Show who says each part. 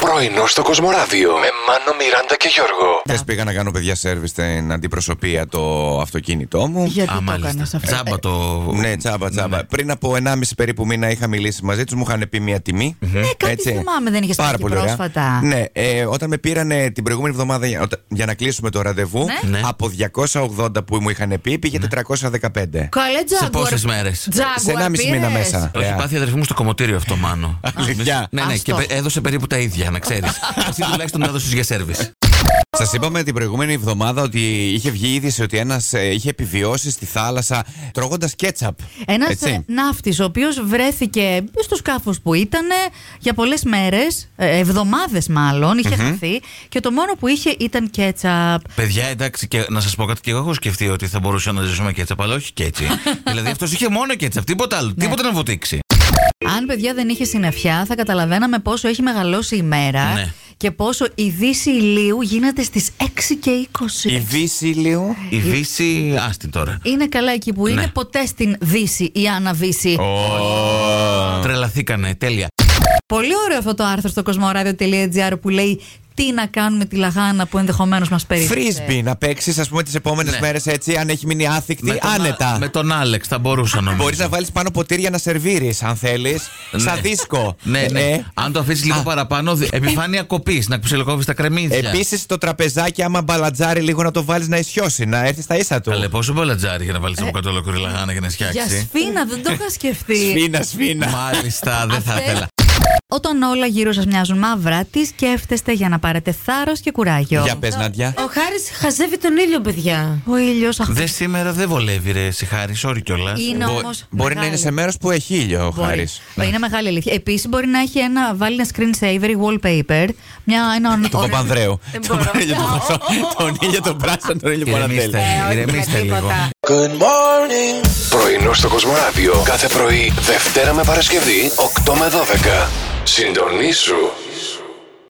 Speaker 1: Πρωινό στο Κοσμοράδιο με Μάνο, Μιράντα και Γιώργο.
Speaker 2: Χθες πήγα να κάνω παιδιά σερβις στην αντιπροσωπεία το αυτοκίνητό μου.
Speaker 3: Γιατί
Speaker 4: Ε, Α,
Speaker 3: Ε, το
Speaker 4: μάλιστα.
Speaker 3: έκανες αυτό. Ε,
Speaker 4: Τζάμπα το.
Speaker 2: Ναι, τσάμπα, τσάμπα.
Speaker 4: Ναι.
Speaker 2: Πριν από 1,5 περίπου μήνα είχα μιλήσει μαζί τους, μου είχαν πει μια τιμή.
Speaker 3: Ναι, κάτι θυμάμαι, δεν είχες
Speaker 2: Πάρα
Speaker 3: πει
Speaker 2: πολύ ωραία.
Speaker 3: πρόσφατα.
Speaker 2: Ναι, ε, όταν με πήρανε την προηγούμενη εβδομάδα για, οτα- για να κλείσουμε το ραντεβού,
Speaker 4: Ναι. Ναι.
Speaker 2: από 280 που μου είχαν πει,
Speaker 3: Ναι.
Speaker 2: πήγε 415.
Speaker 3: Καλέ Jaguar.
Speaker 4: Σε πόσες μέρες?
Speaker 3: Jaguar
Speaker 2: Σε 1,5 μήνα
Speaker 3: πήρες.
Speaker 2: μέσα.
Speaker 4: Το έχει
Speaker 2: Ωραία.
Speaker 4: πάθει η αδερφή μου στο κομμωτήριο αυτό, Μάνο.
Speaker 2: Αλήθεια.
Speaker 4: Ναι, ναι,
Speaker 3: Ας
Speaker 4: και
Speaker 3: το.
Speaker 4: πε- έδωσε περίπου τα ίδια, να ξέρει. Εσύ τουλάχιστον έδωσε για σερβις.
Speaker 2: Σας είπαμε την προηγούμενη εβδομάδα ότι είχε βγει η είδηση ότι ένας είχε επιβιώσει στη θάλασσα τρώγοντας κέτσαπ.
Speaker 3: Ένας
Speaker 2: Έτσι.
Speaker 3: ναύτης, ο οποίος βρέθηκε στο σκάφο που ήταν για πολλές μέρες, εβδομάδες μάλλον, είχε χαθεί και το μόνο που είχε ήταν κέτσαπ.
Speaker 4: Παιδιά, εντάξει, και να σας πω κάτι και εγώ έχω σκεφτεί ότι θα μπορούσαμε να ζήσουμε και έτσι, αλλά όχι και έτσι. δηλαδή αυτός είχε μόνο και έτσι, τίποτα άλλο.
Speaker 3: Ναι.
Speaker 4: Τίποτα να βουτήξει.
Speaker 3: Αν παιδιά δεν είχε συννεφιά, θα καταλαβαίναμε πόσο έχει μεγαλώσει η μέρα
Speaker 4: Ναι.
Speaker 3: και πόσο η Δύση ηλίου γίνεται στις 6 και 20.
Speaker 2: Η Δύση λίγο.
Speaker 4: Η Δύση, άστη τώρα.
Speaker 3: Είναι καλά εκεί που
Speaker 4: Ναι.
Speaker 3: είναι, ποτέ στην Δύση η Άννα Δύση.
Speaker 4: Τρελαθήκανε, τέλεια.
Speaker 3: Πολύ ωραίο αυτό το άρθρο στο κοσμοradio.gr που λέει τι να κάνουμε τη λαχάνα που ενδεχομένως μας περίπτωσε.
Speaker 2: Φρίσμπι να παίξεις, ας πούμε, τις επόμενες
Speaker 4: Ναι.
Speaker 2: μέρες μέρε έτσι, αν έχει μείνει άθικτη,
Speaker 4: τον Α-
Speaker 2: άνετα.
Speaker 4: με τον Άλεξ θα μπορούσα νομίζω.
Speaker 2: Μπορείς να βάλεις πάνω ποτήρια να σερβίρεις, αν θέλεις. Σαν δίσκο. Ε.
Speaker 4: Ναι, ναι. Αν το αφήσεις λίγο παραπάνω, δι- επιφάνεια κοπής, να ξυλοκόβεις τα κρεμμύδια.
Speaker 2: Επίσης το τραπεζάκι, άμα μπαλατζάρει λίγο να το βάλεις να ισιώσει, να έρθει στα ίσα του.
Speaker 4: Αλλά πόσο μπαλατζάρι για να βάλεις από κάτω ολόκληρη λαχάνα για να
Speaker 3: Για
Speaker 4: σκιάξει.
Speaker 3: σφίνα, δεν το είχα σκεφτεί.
Speaker 2: Σφίνα, σφίνα.
Speaker 4: Μάλιστα, δεν θα
Speaker 3: Αυτές-
Speaker 4: ήθελα.
Speaker 3: Όταν όλα γύρω σας μοιάζουν μαύρα, τις σκέφτεστε για να πάρετε θάρρος και κουράγιο.
Speaker 2: Για πες, Νάντια.
Speaker 3: Ε,
Speaker 5: Ο Χάρης χαζεύει τον ήλιο, παιδιά.
Speaker 3: Ο ήλιος αυτό.
Speaker 4: Δε σήμερα δεν βολεύει, ρε Σιχάρη, sorry κιόλας.
Speaker 3: Είναι
Speaker 2: Μπο-
Speaker 3: όμως.
Speaker 2: Μπορεί να είναι σε μέρος που έχει ήλιο ο Χάρη.
Speaker 3: Ε, Είναι μεγάλη αλήθεια. Επίσης, μπορεί να έχει ένα, βάλει ένα screensaver ή wallpaper. Μια, ένα,
Speaker 2: Το
Speaker 3: ωραίο-
Speaker 2: Παπανδρέου.
Speaker 5: Δεν
Speaker 2: Τον
Speaker 5: μπορώ.
Speaker 2: ήλιο του Χωσό, Τον ήλιο τον πράσινο, τον ήλιο που ανατέλει.
Speaker 4: Ηρεμήστε, ηρεμήστε λίγο.
Speaker 1: Πρωινό στο Κοσμοράδιο κάθε πρωί, Δευτέρα με Παρασκευή, 8 με 12. Συντονίσου